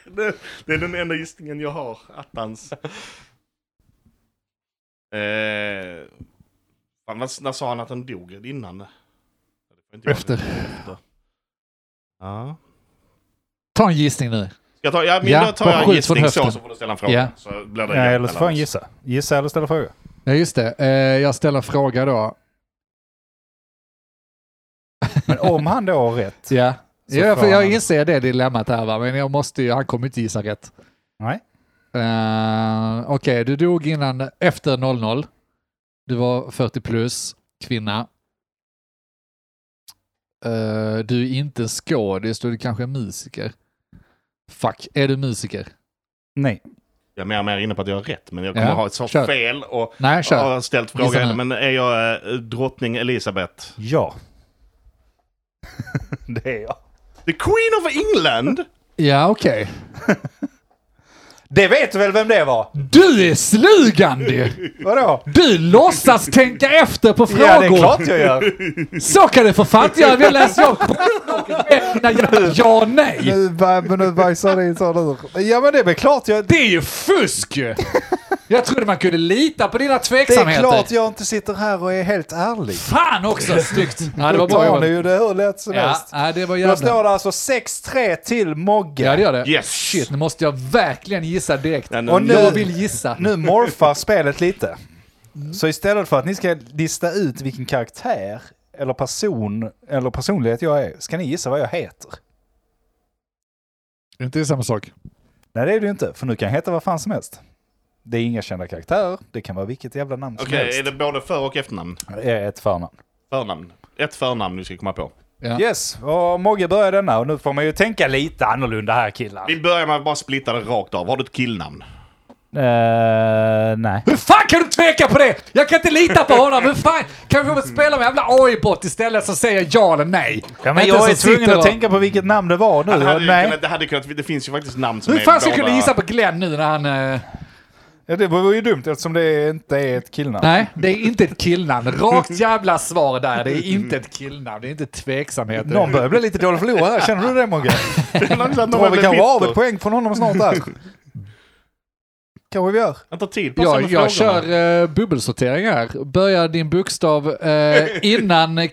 Det- Det är den enda gissningen jag har. Attans. Eh, fan, vad- när sa han att han dog? Innan? Det får inte jag-
Efter.
Ja.
Ta en gissning nu.
Jag tar, ja, men
Ja,
då tar
bara
jag
skjut från
gissning så,
höften.
så får du ställa en fråga.
Ja.
Så blir det
Ja,
rätt
eller så får han
mellan oss.
gissa. Gissa eller ställa fråga.
Ja, just det. Eh, jag ställer en fråga då.
Men om han då har rätt.
Ja.
Så
ja,
får
för jag
han-
inser det dilemmat här va, men jag måste ju, han kommer inte gissa rätt.
Nej.
Eh, Okej, du dog innan, efter 00. Du var 40 plus, kvinna. Eh, du är inte en skådis, du är kanske en musiker. Fuck, är du musiker?
Nej.
Jag är mer och mer inne på att jag har rätt, men jag kommer
Ja,
ha ett sånt
kör.
fel och
Nej,
jag
kör.
har ställt
Gissa
frågan.
nu.
Men är jag eh, drottning Elisabeth?
Ja. <laughs> det är jag.
The Queen of England?
Ja, okej.
Det vet du väl vem det var?
Du är slug Andy!
Vadå?
Du låtsas tänka efter på frågor!
Ja, det är klart jag gör.
Så kan du för fan inte göra, vi har
<laughs>
läst jobb! Ja, nej!
Nu, ba- nu bajsar det i en sån ur. Ja, men det är väl klart jag...
Det är ju fusk ju! Jag trodde man kunde lita på dina
Det är
tveksamheter.
klart jag inte sitter här och är helt ärlig.
Fan
<laughs>
också, snyggt! Ja, det var bra
Tar ni
jobbat.
ju det hur lätt som
Ja,
helst.
nej, det var
Då
jävla...
står det alltså 6-3 till Mogge.
Ja, det gör det.
Yes!
Shit, nu måste jag verkligen gissa direkt.
Ja, nu-
Och nu-
Jag vill gissa.
Nu morfar spelet lite. Så istället för att ni ska lista ut vilken karaktär eller person eller personlighet jag är, ska ni gissa vad jag heter?
Inte samma sak.
Nej, det är det ju inte, för nu kan jag heta vad fan som helst. Det är inga kända karaktärer, det kan vara vilket jävla namn som
Okej, är
helst.
det både för och efternamn?
Det är ett förnamn.
Förnamn. Ett förnamn du ska komma på.
Ja.
Yes, och Mogge börjar denna och nu får man ju tänka lite annorlunda här killar.
Vi börjar med att bara splitta det rakt av. Har du ett killnamn?
Eh, nej.
Hur fan kan du tveka på det? Jag kan inte lita på honom. Hur fan kan vi få spela med en jävla AI-bot istället som säger ja eller nej?
Ja, men
Inte
jag
som
är tvungen
sitter
att
och-
tänka på vilket namn det var nu.
Det hade,
och
ju
nej.
kunnat, det hade kunnat... Det finns ju faktiskt namn som
Hur fan ska jag
båda- <laughs>
kunna gissa på Glenn nu när han... eh,
Ja, det var ju dumt eftersom det inte är ett killnamn.
Nej, Alltså, det är inte ett killnamn. Rakt jävla svar där. Det är inte ett killnamn. Det är inte tveksamhet.
Någon börjar bli lite dålig förlorare här, känner du det
<laughs>
Mogge?
Det är någon som
Tror vi
blir
kan av
bitter.
ett poäng från honom snart där. Kanske vi gör.
Han tar tid på sig
Jag,
med
jag
frågorna.
kör eh, bubbelsortering här. Börjar din bokstav eh, innan eh,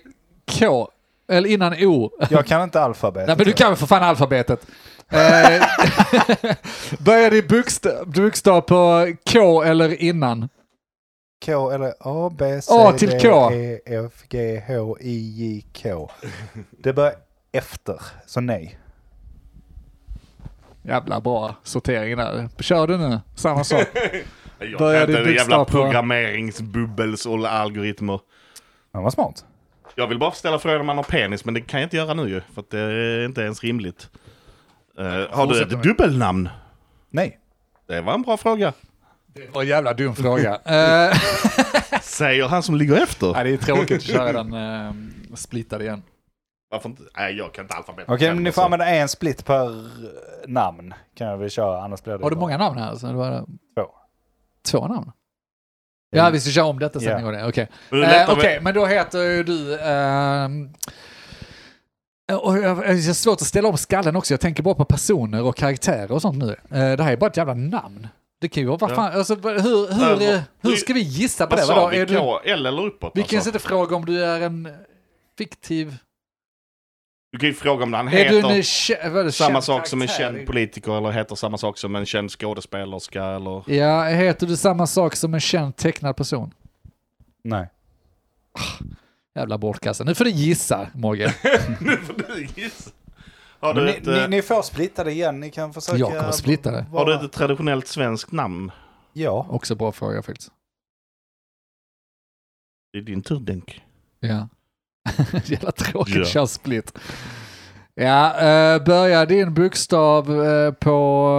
K, eller innan O.
Jag kan inte
Nej,
alfabetet.
men du kan väl för fan alfabetet. Eh, <laughs> börjar din bokstav, bokstav på K eller innan?
K eller A, B, C,
A till K.
D, E, F, G, H, I, J, K. Det börjar efter, så nej.
Jävla bra sortering där. Kör du nu? Samma sak.
Jag
Börjar
kan inte
din
jävla
bokstav på-
programmeringsbubbels och algoritmer.
Men vad smart.
Jag vill bara ställa frågan om han har penis, men det kan jag inte göra nu ju. För att det är inte ens rimligt. Eh, har du
fortsätter
ett
med.
dubbelnamn?
Nej.
Det var en bra fråga.
<laughs> Det var en jävla dum fråga. Eh,
Säger han som ligger efter.
<laughs> nej, det är tråkigt att köra den eh, splittad igen.
Varför inte? Nej, jag kan inte alfabetet.
Okej,
själv,
men ni
alltså.
får använda en split per eh, namn. Kan jag väl köra, annars blir det
Har du
bara
många namn här? Alltså, det var
Två.
två namn? Ja, vi ska köra om detta sen.
Ja.
Yeah. Okej, okay.
Men det är lättare-
men då heter ju du... ehm, eh, och jag- jag- det är svårt att ställa om skallen också. Jag tänker bara på personer och karaktärer och sånt nu. Eh, Det här är bara ett jävla namn. Det kan ju vara... Vad
Ja.
fan, alltså, hur, hur,
Över-
eh, hur ska vi gissa på
Vad
det?
sa
Vadå,
vi?
är du,
K, L eller uppåt?
vi kan
alltså.
ju inte fråga om du är en fiktiv...
Du kan ju fråga om han
Är du en
heter
kä- vad är det,
samma
känd
sak som en
karaktär?
känd politiker eller heter samma sak som en känd skådespelerska eller...
Ja, heter du samma sak som en känd tecknad person?
Nej.
Jävla bortkastad. Nu får du gissa,
<laughs>
Morgan.
<laughs> nu får du gissa. Har
Men
du,
ni,
ett,
ni,
eh,
ni får splitta det igen, ni kan försöka...
Jag kommer splitta det.
har du
Vara...
ett traditionellt svenskt namn?
Ja.
Också bra fråga faktiskt.
Det är din tur, Denk.
Ja. <laughs> Jävla tråkigt
Ja.
yeah. kör split. Ja, eh, börja din bokstav eh, på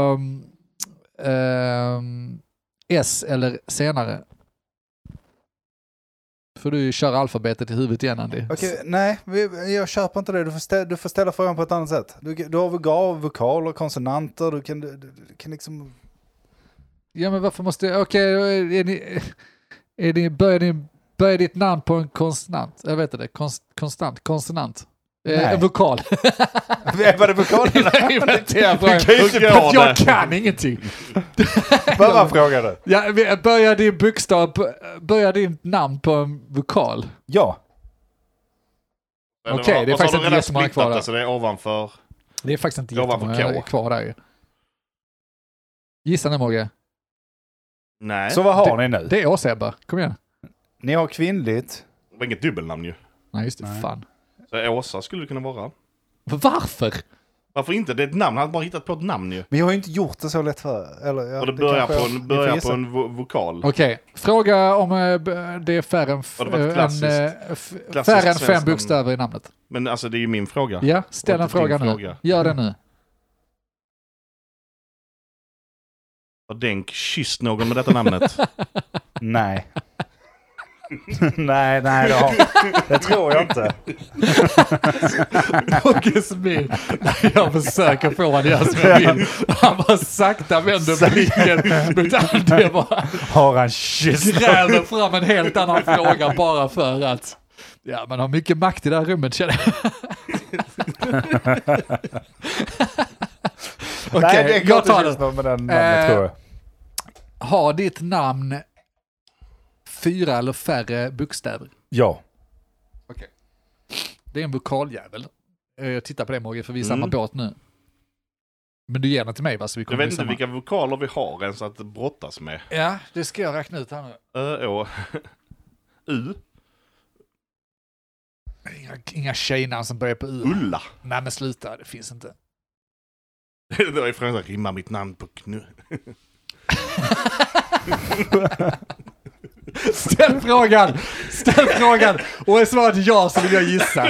ehm, S eller senare. får du köra alfabetet i huvudet igen Andy.
Okej, nej, vi- jag köper inte det. Du får, stä, du får ställa frågan på ett annat sätt. Du, du har vokal, vokaler, konsonanter, du kan, du, du du kan <laughs> liksom...
Ja men varför måste jag, okej, är ni, är ni, börjar, ni, börjar ditt namn på en konsonant? Jag vet inte, konst, konstant, konsonant. Eh,
Nej.
en vokal.
Var det vokalerna? <laughs>
Jag
kan ju inte gå
jag
det.
kan ingenting.
Vad var frågan då?
Ja, vi- börjar din bokstav, börjar ditt namn på en vokal?
Ja.
Men
Okej,
vad-
det är
och så har
faktiskt
de
inte
redan
jättemånga kvar
splittat
där.
det, Så det är ovanför.
Det är faktiskt inte
Jag var på
jättemånga
K.
kvar där ju. Gissa nu Mogge.
Nej,
Så vad har ni nu?
Det är Åsebba, kom igen.
Ni har kvinnligt.
det var inget dubbelnamn ju.
Nej just det, fan.
Så Åsa skulle det kunna vara.
Varför?
Varför inte? Det är ett namn. Han har bara hittat på ett namn ju.
Vi har ju inte gjort det så lätt för eller, ja,
Och det börjar
kanske
på
jag- ni
en,
får
börjar
gissa.
på en vo- vokal.
Okej, fråga om eh, b- det är färre än, f-
Har det varit
eh,
klassiskt?
än, eh, f-
Klassiskt
färre än fem
svenskt namn.
bokstäver i namnet.
Men alltså det är ju min fråga.
Ja, ställ
Och
en
inte din
fråga nu.
fråga. Mm.
Gör det nu.
Har Denk kysst någon med detta
<laughs>
namnet?
<laughs> Nej. nej, nej, det, har, det tror jag inte.
Mogges min. Jag försöker få honom att göra som jag vill. Han bara sakta vänder blicken mot allt det bara
Har han kysst?
gräver fram en helt annan fråga bara för att ja, man har mycket makt i det här rummet känner jag. Okej,
nej, det går
jag
inte
tar
att
det.
kyssa någon med den namnet
Eh,
tror jag.
Har ditt namn fyra eller färre bokstäver?
Ja.
Det är en vokaljävel. Eh, Jag tittar på det Mogge, för vi är i samma
Mm.
båt nu. Men du ger den till mig va? Så vi
Jag
kommer
vet
i
inte
samma.
vilka vokaler vi har ens att brottas med.
Ja, det ska jag räkna ut här nu.
Ö, Å, <laughs> U,
Inga, inga tjejnamn som börjar på U.
Ulla.
Nej men sluta, det finns inte.
<laughs> Det var ju frågan, rimma mitt namn på knu.
Ställ frågan! Ställ frågan! Och är svaret ja så vill jag gissa.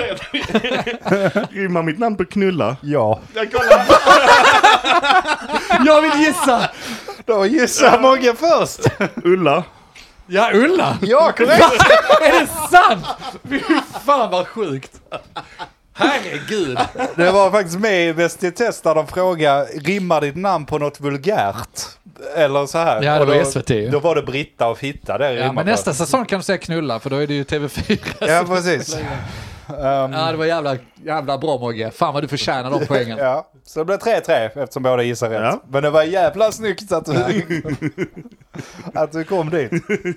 Rimma mitt namn på knulla.
Ja.
Jag kollar.
Jag vill gissa!
Då gissar Mogge först.
Ulla.
Ja, Ulla!
Ja, korrekt.
Är det sant? Fy fan vad sjukt! Herregud!
Det var faktiskt med i Bäst i test där de frågade rimmar ditt namn på något vulgärt? Eller så här.
Ja, det
Och
var
då,
SVT ju.
Då var det Britta och Fitta det
Ja,
rimmar
men
på.
nästa säsong kan du säga knulla, för då är det ju TV4.
Ja,
<laughs>
precis. Ehm,
Ja, det var jävla, jävla bra Mogge. Fan vad du förtjänar de poängen.
ja. Så det blev 3-3 eftersom båda gissar rätt.
Ja.
Men det var jävla snyggt att du, <laughs> att du kom dit.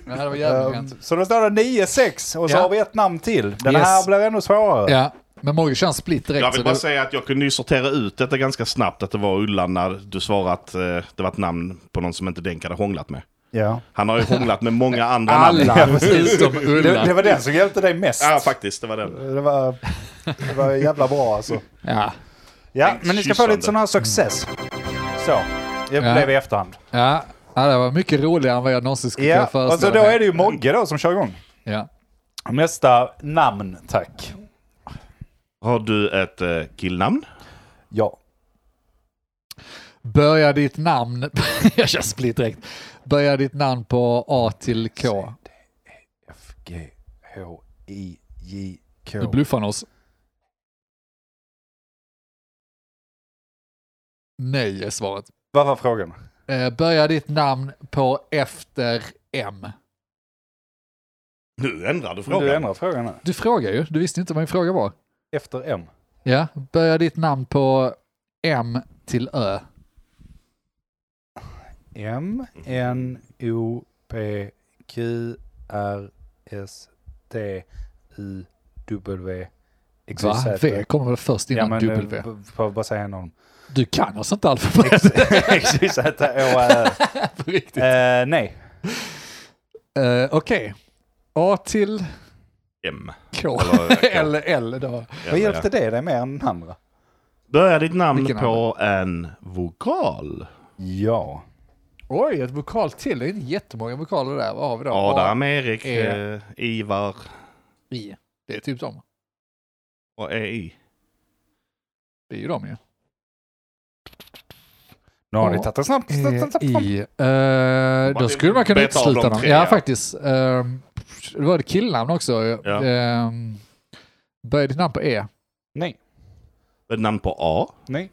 Ja, det var jävligt
Ehm,
um,
så då står det 9-6 och så
Ja.
har vi ett namn till. Den
Yes.
här blir ännu svårare.
Ja, men Mogge kör en split direkt.
Jag
så
vill bara
det-
säga att jag kunde ju sortera ut detta ganska snabbt, att det var Ulla när du svarade att eh, det var ett namn på någon som inte Denk hade hånglat med.
Ja.
Han har ju hånglat med många andra namn.
Alla utom
Det, det
Ulla.
var den som hjälpte dig mest.
Ja, faktiskt. Det var den.
Det var, det var jävla bra alltså.
Ja.
Ja, men ni ska få
Kyssande.
lite sån här success. Så, det
Ja.
blev i efterhand.
Ja. ja, det var mycket roligare än vad jag någonsin skulle kunna
Ja, och så
föreställa
då
mig.
är det ju Mogge då som kör igång.
Ja.
Nästa namn, tack.
Har du ett eh, killnamn?
Ja.
Börjar ditt namn... <laughs> jag kör split direkt. Börjar ditt namn på A till K?
F, G, H, I, J, K.
Nu bluffar han oss. Nej är svaret.
Vad var frågan?
Eh, Börjar ditt namn på efter M?
Nu ändrar du frågan.
Du ändrar frågan nu.
Du frågar ju, du visste inte vad min fråga var.
Efter M.
Ja, börjar ditt namn på M till Ö?
M, N, O, P, Q, R, S, T, U, W, X,
Va?
Y, Z.
V kommer väl först innan
men,
W?
eh, b- Får jag bara säga en av dem?
Du kan alltså inte alfabetet
<laughs> X, Y, Z, Å, Ä, Ö.
<laughs> på riktigt.
Eh, Nej.
Eh, Okej. A till
M.
K.
Eller, eh, K.
<laughs> Eller L då.
Vad hjälpte det dig mer än den andra?
Börjar ditt namn
Vilken
på en vokal?
Ja.
Oj, ett vokal till. Det är inte jättemånga vokaler där. Vad har vi då?
Adam, Erik,
E.
eh, Ivar
I. Det är typ dem.
och E EI.
Det är ju dem ju.
Nu har
Ja.
ni tagit det snabbt.
Eh, I. eh, då skulle man kunna
Beta av
utesluta
de
dem.
tre,
Ja,
ja.
faktiskt. Ehm, Det var ett killnamn också.
Ja.
Ehm, började ditt namn på E?
Nej.
Ett namn på A.
Nej.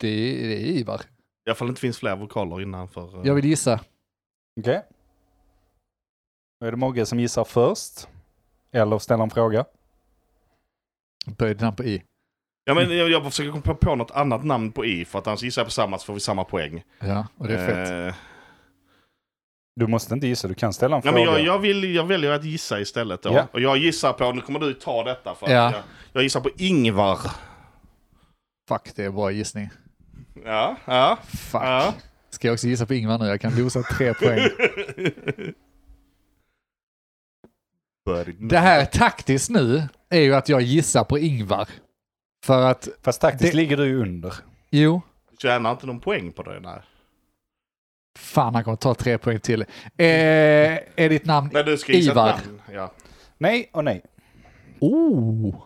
Det är, det är Ivar.
I alla fall inte finns fler vokaler innanför. eh,
Jag vill gissa.
Okej. Då är det Mogge som gissar först. Eller ställer en fråga.
Började ditt namn på I?
Ja, men jag, jag försöker komma på något annat namn på I för att annars gissar jag på samma så får vi samma poäng.
Ja, och det är fett.
Eh,
Du måste inte gissa, du kan ställa en
ja, men
fråga.
jag, jag, vill, jag väljer att gissa istället då.
Ja.
Och jag gissar på, nu kommer du ta detta för att
Ja.
jag, jag gissar på Ingvar.
Fuck, det är en bra gissning.
Ja, ja,
Fuck.
ja.
Ska jag också gissa på Ingvar nu? Jag kan losa tre
<laughs>
poäng. <laughs> Det här taktiskt nu är ju att jag gissar på Ingvar. För att,
Fast taktiskt
Det-
ligger du ju under.
jo,
Du tjänar inte någon poäng på det. Nej,
fan han kommer ta tre poäng till. Eh, är ditt namn...
nej du ska gissa ett
Ivar.
namn. Ja.
Nej och nej.
Oh!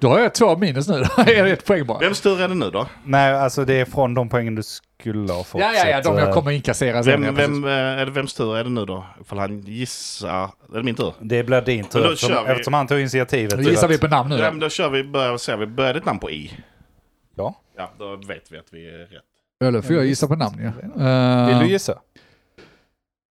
Då har jag två minus nu. <laughs> Då är det ett poäng bara.
Vems tur är det nu då?
Nej, alltså det är från de poängen du skulle ha fått.
Ja, ja, ja,
så
de
att,
jag
eh,
kommer inkassera sen. ja,
Vem,
precis.
vem, eh, är det vems tur är det nu då? Ifall han gissar. Är det min tur?
Det blir din
Men
tur
då
eftersom,
kör vi.
eftersom han tog initiativet.
Då gissar vi på namn nu.
Ja,
då.
men då kör vi, börjar, ser vi, börjar ditt namn på I?
Ja.
Ja, då vet vi att vi är rätt.
Eller får jag gissa på namn? Ja. Eh,
Vill du gissa?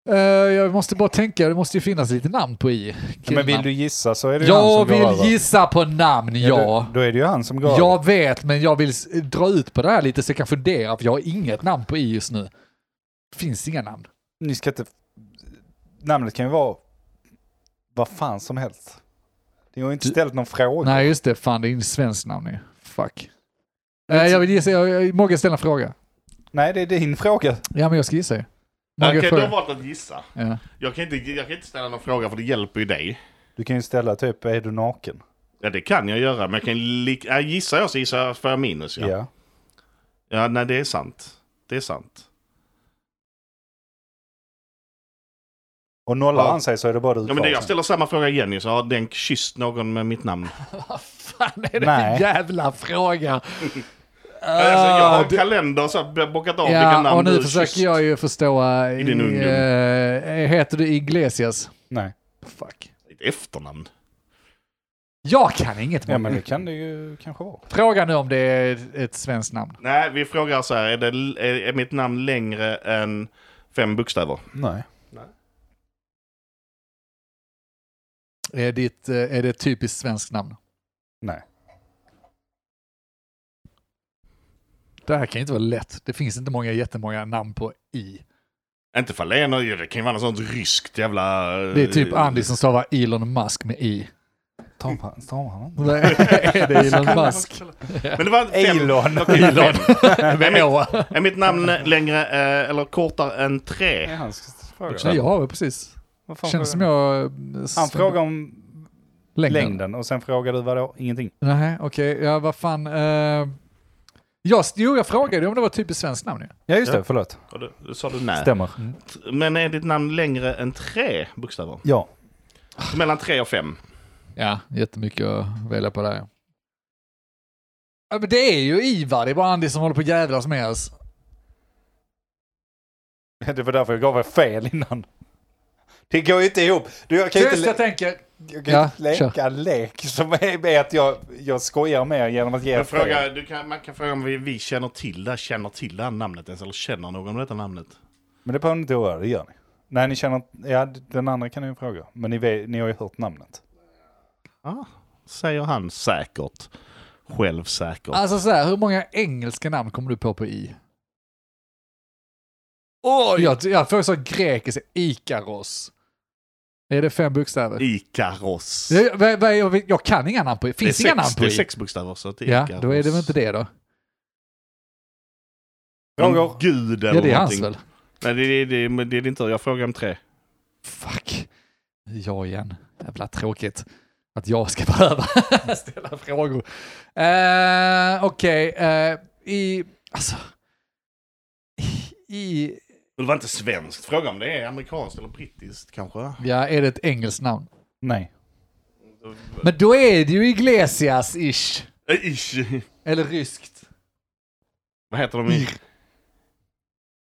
eh, jag måste bara tänka, det måste ju finnas lite namn på i.
Men vill
Killnamn.
du gissa så är det ju han
jag
som går över.
vill gissa på namn, ja.
Då, då är det ju han som går över.
Jag vet, men jag vill s- dra ut på det här lite så jag kan fundera, för jag har inget namn på i just nu. Finns inga namn.
Ni ska inte... Namnet kan ju vara vad fan som helst. Ni har ju inte
Du-
ställt någon fråga.
Nej, just det. Fan, det är ju svenskt namn ju. Fuck. Eh, jag vill gissa, jag, jag, Mogge ställer en fråga.
Nej, det är din fråga.
Ja, men jag ska gissa ju. Mogge
Okej, du har
frågar.
valt att gissa.
Ja.
Jag kan, inte, jag kan inte ställa någon fråga för det hjälper ju dig.
Du kan ju ställa typ, är du naken?
Ja, det kan jag göra, men jag kan li- äh, gissar jag så gissar jag för minus. Ja.
Ja.
ja, nej det är sant. Det är sant.
Och nollar
Ja.
han sig så är det bara du
Ja, men
kvar
det, jag
sen.
ställer samma fråga igen ju, så har den kysst någon med mitt namn?
<laughs> Vad fan är det
Nej.
för
<laughs>
jävla fråga?
alltså, jag har
Ah,
en
du-
kalender och så har jag bockat av vilka
Ja,
namn
och
du
nu
har
försöker
kysst.
jag ju förstå... eh,
I din ungdom.
eh, heter du Iglesias?
Nej.
Fuck.
Ett efternamn.
Jag kan inget.
Ja,
Mogge.
men det kan det ju kanske vara.
Fråga nu om det är ett svenskt namn.
Nej, vi frågar så här, är, det, är, är mitt namn längre än fem bokstäver?
Nej.
Är, ditt, eh, är det ett typiskt svenskt namn?
Nej.
Det här kan ju inte vara lätt. Det finns inte många, jättemånga namn på
Eh,
i.
Inte för Lena, det kan ju vara något sånt ryskt jävla... eh,
Det är typ Andy som stavar Elon Musk med i.
Stavar han inte?
Vad <laughs> är
<laughs>
det Elon Musk?
Men det var fem... <laughs>
Elon.
Okej,
Elon.
fem. Vem är,
Ja,
är mitt namn längre eh, eller kortare än tre?
Det är hans fråga.
Nej, jag har väl precis.
Vad fan
Känns som
frågar
jag... eh,
han? Han frågar om
längden.
längden och sen frågar du vadå? Ingenting.
Nej, okej. Ja, vad fan. eh, Ja, s- jo, jag frågade om det var ett typiskt svenskt namn. Ja.
Ja, just
Ja.
det. Förlåt.
Ja, du- du Sa du nej?
Stämmer.
Men är ditt namn längre än tre bokstäver?
Ja. <laughs>
Mellan tre och fem?
Ja, jättemycket att välja på där. ja. Ja, men det är ju Ivar, det är bara Andy som håller på och jävlas med oss.
Det var därför jag gav er fel innan. Det går ju inte ihop. Du, jag kan ju inte,
Just
le-
jag tänker,
jag kan
Ja,
inte leka lek som är är att jag, jag skojar med er genom att ge er
Jag
fel.
frågar, du kan, man kan fråga om vi, vi känner till det, känner till det här namnet ens, eller känner någon detta namnet?
Men det behöver ni inte oroa er, det gör ni. Nej, ni känner ja den andra kan ni ju fråga. Men ni, vet, ni har ju hört namnet.
Ah, säger han säkert. Självsäkert.
alltså så här, hur många engelska namn kommer du på på i? Oj! Jag, jag får så grekiskt, Ikaros. Är det fem bokstäver?
Ikaros.
Jag, jag, jag, jag kan inga namn på i.
Det är
Finns inga
sex-
namn på
Det är
i?
sex bokstäver så att det är
Ja,
Ikaros.
då är det väl inte det då?
Frågor. Gud eller
Ja, det är hans
någonting.
väl?
Nej, det är, det, är, men det är din tur. Jag frågar om tre.
Fuck. Jag igen. Jävla tråkigt. Att jag ska <laughs> behöva ställa frågor. Eh, Okej, eh, i... Alltså... I...
Det var inte svenskt. Fråga om det är amerikanskt eller brittiskt kanske.
Ja, är det ett engelskt namn?
Nej.
Men då är det ju Iglesias-ish.
Äh, ish.
Eller ryskt.
Vad heter de? i-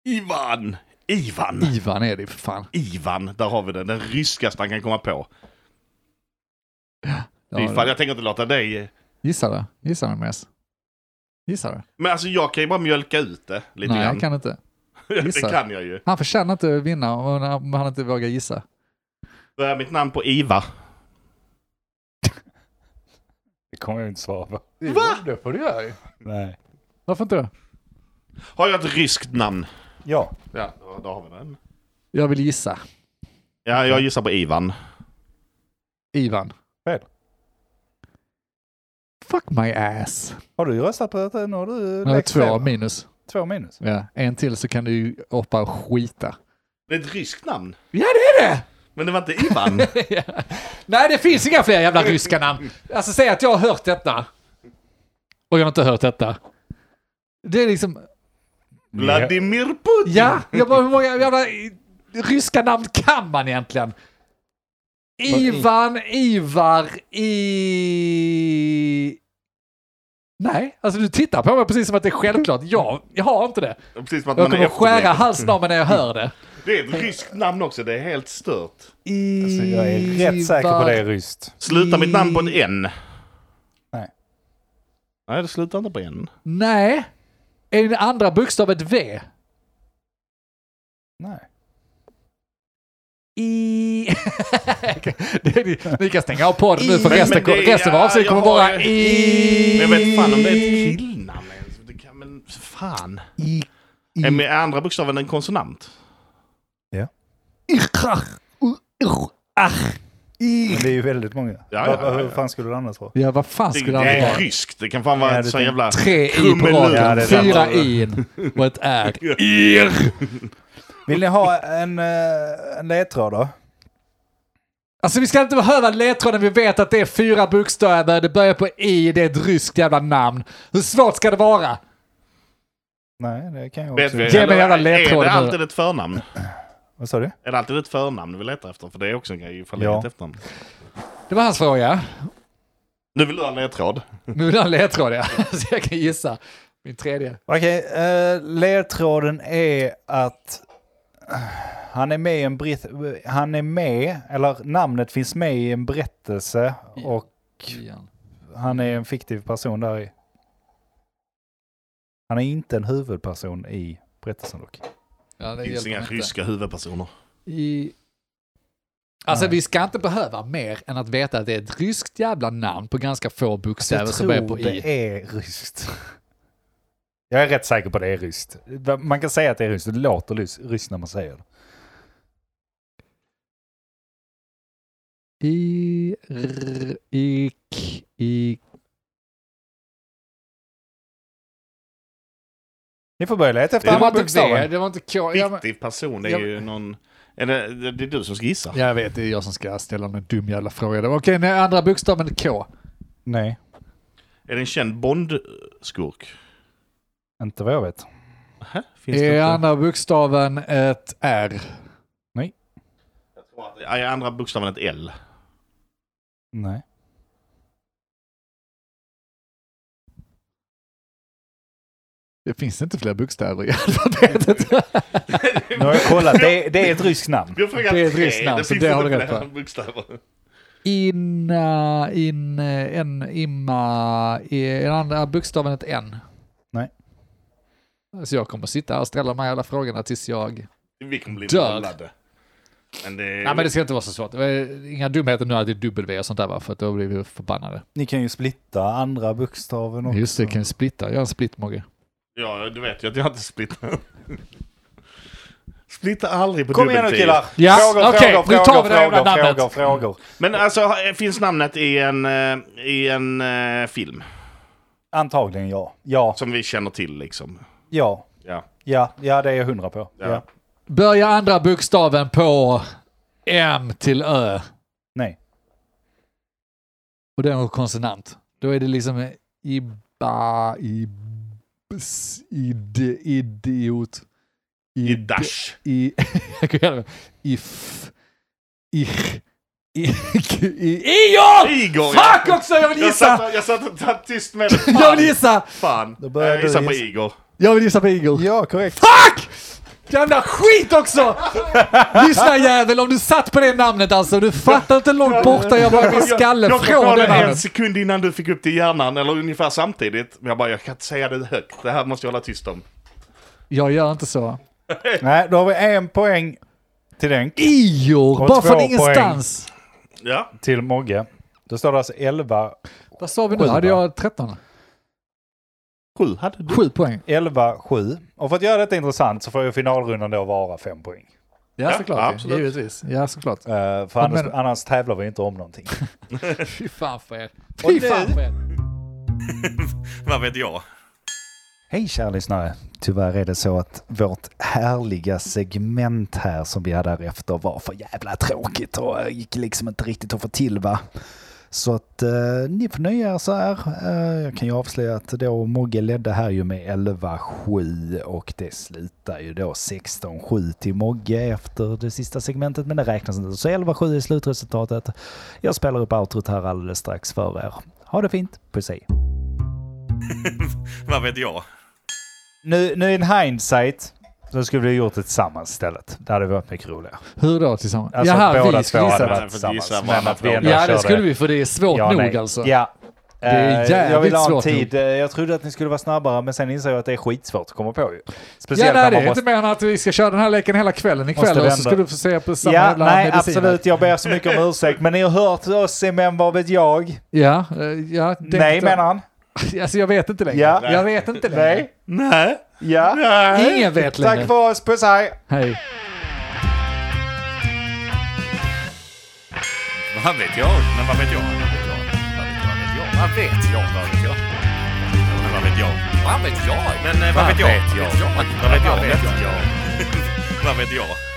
Ivan! Ivan.
Ivan är det ju för fan.
Ivan, där har vi den. Den ryskaste han kan komma på. Det är
Ja,
fan, jag tänker inte låta dig...
gissa det. Gissa det Mes. Gissa det.
Men alltså jag kan ju bara mjölka ut det lite
Nej,
grann.
jag kan inte.
det <laughs>
gissa.
kan jag ju.
Han förtjänar inte att vinna om han- om han inte vågar gissa.
Börjar mitt namn på Iva.
Det kommer jag inte svara på.
Va? Det får du göra ju.
Nej.
Varför inte det?
Har jag ett ryskt namn?
Ja.
Ja, då har vi den.
Jag vill gissa.
Ja, jag gissar på Ivan.
Ivan.
Fel.
Fuck my ass.
Har du röstat på detta? Nu har du
Nu har jag
lekt
två
fel.
minus.
två minus.
Ja, en till så kan du ju hoppa och skita.
Det är ett ryskt namn.
Ja, <laughs> det är det!
Men det var inte
<laughs>
Ivan.
Nej, det finns inga fler jävla ryska namn. Alltså, säg att jag har hört detta. Och jag har inte hört detta. Det är liksom...
Vladimir Putin.
Ja, jag bara, hur många jävla i- ryska namn kan man egentligen? Ivan, Ivar, I... Nej, alltså du tittar på mig precis som att det är självklart. Jag, jag har inte det.
Precis som att
Jag
man
kommer
är
att skära
efterbliven.
halsen av mig när jag hör det.
Det är ett ryskt namn också. Det är helt stört.
Alltså, jag är rätt säker på det är ryskt.
Slutar mitt namn på en N?
Nej.
Nej, det slutar inte på en.
Nej, är den andra bokstav ett V?
Nej.
I... <laughs> Ni- Ni kan stänga av podden nu för
Men-
resten,
men det-
resten av avsnittet
ja,
kommer
jag har
vara
ju-
i...
Men jag vet fan om det är ett killnamn ens. Det kan, men fan.
I...
Är med andra bokstaven en konsonant?
Men det är ju väldigt många.
ja, ja, ja.
Hur fan skulle du annars vara?
Ja, vad fan
Det,
skulle
det
han
är
vara?
ryskt. Det kan fan vara
Ja,
en
det
sån
tänk-
jävla...
Tre i på
Krummelur.
Ja, det
raken,
är
fyra
sant.
i
<laughs>
och ett är.
Vill ni ha en, eh, en ledtråd då?
Alltså vi ska inte behöva ledtråden, vi vet att det är fyra bokstäver, det börjar på i, det är ett ryskt jävla namn. Hur svårt ska det vara?
Nej, det kan jag
Vet
också.
vi,
Ge mig
eller
jävla
Är
ledtråd
det
nu.
alltid ett förnamn?
Vad sa du?
Är det alltid ett förnamn vi letar efter? För det är också en grej ifall
Ja.
det är ett efternamn.
Det var hans fråga.
Nu vill du ha en ledtråd.
Nu vill han ledtråd ja. <laughs> så jag kan gissa. Min tredje.
Okej, eh, ledtråden är att eh, han är med i en britt... Han är med, eller namnet finns med i en berättelse och han är en fiktiv person där i. Han är inte en huvudperson i berättelsen dock.
Ja, det
Det finns
hjälper
inga
inte.
ryska huvudpersoner.
I... Alltså vi ska inte behöva mer än att veta att det är ett ryskt jävla namn på ganska få bokstäver
Alltså, Jag
som börjar
tror
på i.
det är ryskt. Jag är rätt säker på det är ryskt. Man kan säga att det är ryskt, det låter lys- ryskt när man säger det.
I... R, ik, ik.
Ni får börja leta
Det
efter andra
var inte V,
bokstaven.
det var inte K. Ja, men...
Fiktiv person, det
ja,
är ju någon... Är det, det är du som ska gissa.
Ja, Jag vet, det är jag som ska ställa en dum jävla fråga. Det var Okej, nej, andra bokstaven K.
Nej,
Är det en känd Bond-skurk?
inte vad jag vet.
Nähä, Finns det
Är
inte?
Eh, andra bokstaven ett R?
Ja, Är andra bokstaven ett L?
<laughs>
Nej.
Det finns inte fler bokstäver <laughs> i alfabetet.
Nu har jag kollat, det, det är ett ryskt namn.
Vi har frågat
Det är ett
tre,
ryskt namn, så
finns
det
inte
har du
fler
rätt på.
bokstäver.
Inna, in, en, imma, i- är den andra bokstaven ett N?
Nej.
Så jag kommer sitta här och ställa de här jävla frågorna tills jag...
Vi kommer bli
Dör.
nollade. Men det...
Nej men det ska inte vara så svårt. Det är Inga dumheter nu att det är W och sånt där va? För att då blir vi förbannade.
Ni kan ju splitta andra bokstaven också.
Just det, kan vi splitta? Gör en split Mogge.
Ja, du vet ju att jag inte splittar. Splitta aldrig på
Kom igen nu
dubbeltid.
killar!
Ja, okej, nu tar vi det jävla namnet.
frågor, frågor.
Men alltså, har- finns namnet i en, eh, i en eh, film?
Antagligen ja. Ja,
Som vi känner till liksom.
ja,
Ja.
ja, ja det är jag hundra på.
Ja.
Ja.
Börja andra bokstaven på M till Ö.
Nej,
Och den har konsonant. Då är det liksom iba, ibs, id, idiot.
I
id-
Dash.
I... <laughs> Jag kan göra det. If... Ich... Ik... I... Ior!
Igor!
Fuck också! Jag vill
Jag
gissa!
satt, jag satt och satt tyst med det. Fan!
Jag vill gissa!
Fan.
Då börjar
Jag
du
gissar på
gissa.
Igor.
Jag vill gissa på Igor.
ja korrekt.
Fuck! Jävla skit också! Lyssna jävel, om du satt på det namnet alltså, du fattar inte hur långt borta jag var i min skalle
jag kom
från
på
det
det en
namnet.
sekund innan du fick upp det i hjärnan, eller ungefär samtidigt. Men jag bara, jag kan inte säga det högt. Det här måste jag hålla tyst om.
Jag gör inte så.
Nej, då har vi en poäng till den.
Ior,
Och
bara
två
från ingenstans.
Ja.
Till Mogge. Då står det alltså 11,
Vad sa vi nu?
Sju,
Hade
va?
jag 13?
Sju hade du.
Sju poäng.
11, 7. Och för att göra detta intressant så får ju finalrundan då vara fem poäng.
Ja,
Ja,
såklart.
absolut.
Givetvis. Ja,
<laughs>
såklart.
Eh, för annars,
menar du?
annars tävlar vi inte om någonting.
Fy fan för er.
Och
Fy fan
nu-
för er.
Vad vet jag?
Hej kära lyssnare! Tyvärr är det så att vårt härliga segment här som vi hade därefter var för jävla tråkigt och eh, gick liksom inte riktigt att få till va. Så att eh, ni får nöja er så här. Eh, jag kan ju avslöja att då Mogge ledde här ju med 11-7 och det slutar ju då 16-7 till Mogge efter det sista segmentet men det räknas inte. Så 11-7 är slutresultatet. Jag spelar upp outrot här alldeles strax för er. Ha det fint, puss hej!
Vad vet jag?
Nu, nu in hindsight så skulle vi ha gjort det tillsammans istället. Det hade varit mycket roligare.
Hur då tillsammans?
Alltså
Jaha,
båda
vi skulle
två
gissa
hade
Nej,
det.
varit
för
tillsammans.
gissa
Men
varandra
att vi ändå
Ja, det
körde-
skulle vi för det är svårt
Ja,
nog
nej.
alltså.
Ja.
är
Eh, Jag
jävligt
vill ha en
svårt
tid.
nog.
Eh, Jag trodde att ni skulle vara snabbare, men sen insåg jag att det är skitsvårt att komma på ju.
Ja,
Speciellt
nej,
när
det
man
är
måste...
inte mer än att vi ska köra den här leken hela kvällen ikväll
Måste
och så
vända.
ska du få se på samma
Ja,
jävla
nej,
mediciner.
absolut. Jag ber så mycket om ursäkt. Men ni har hört oss i Men vad vet jag?
Ja, eh, ja, tänkte-
Nej, menar han.
<laughs> Alltså jag vet inte längre.
Ja.
Jag vet inte längre.
Nej.
Nej.
Ja.
Nej.
Ingen vet längre.
Tack för oss. Puss, hej.
Hej.
Vad vet jag? Men vad vet jag? Vad vet jag? Vad vet jag? Vad vet jag? Men vad vet jag? eh, Vad vet jag? Men vad vet jag? Vad vet jag? Vad vet jag? Vad vet jag?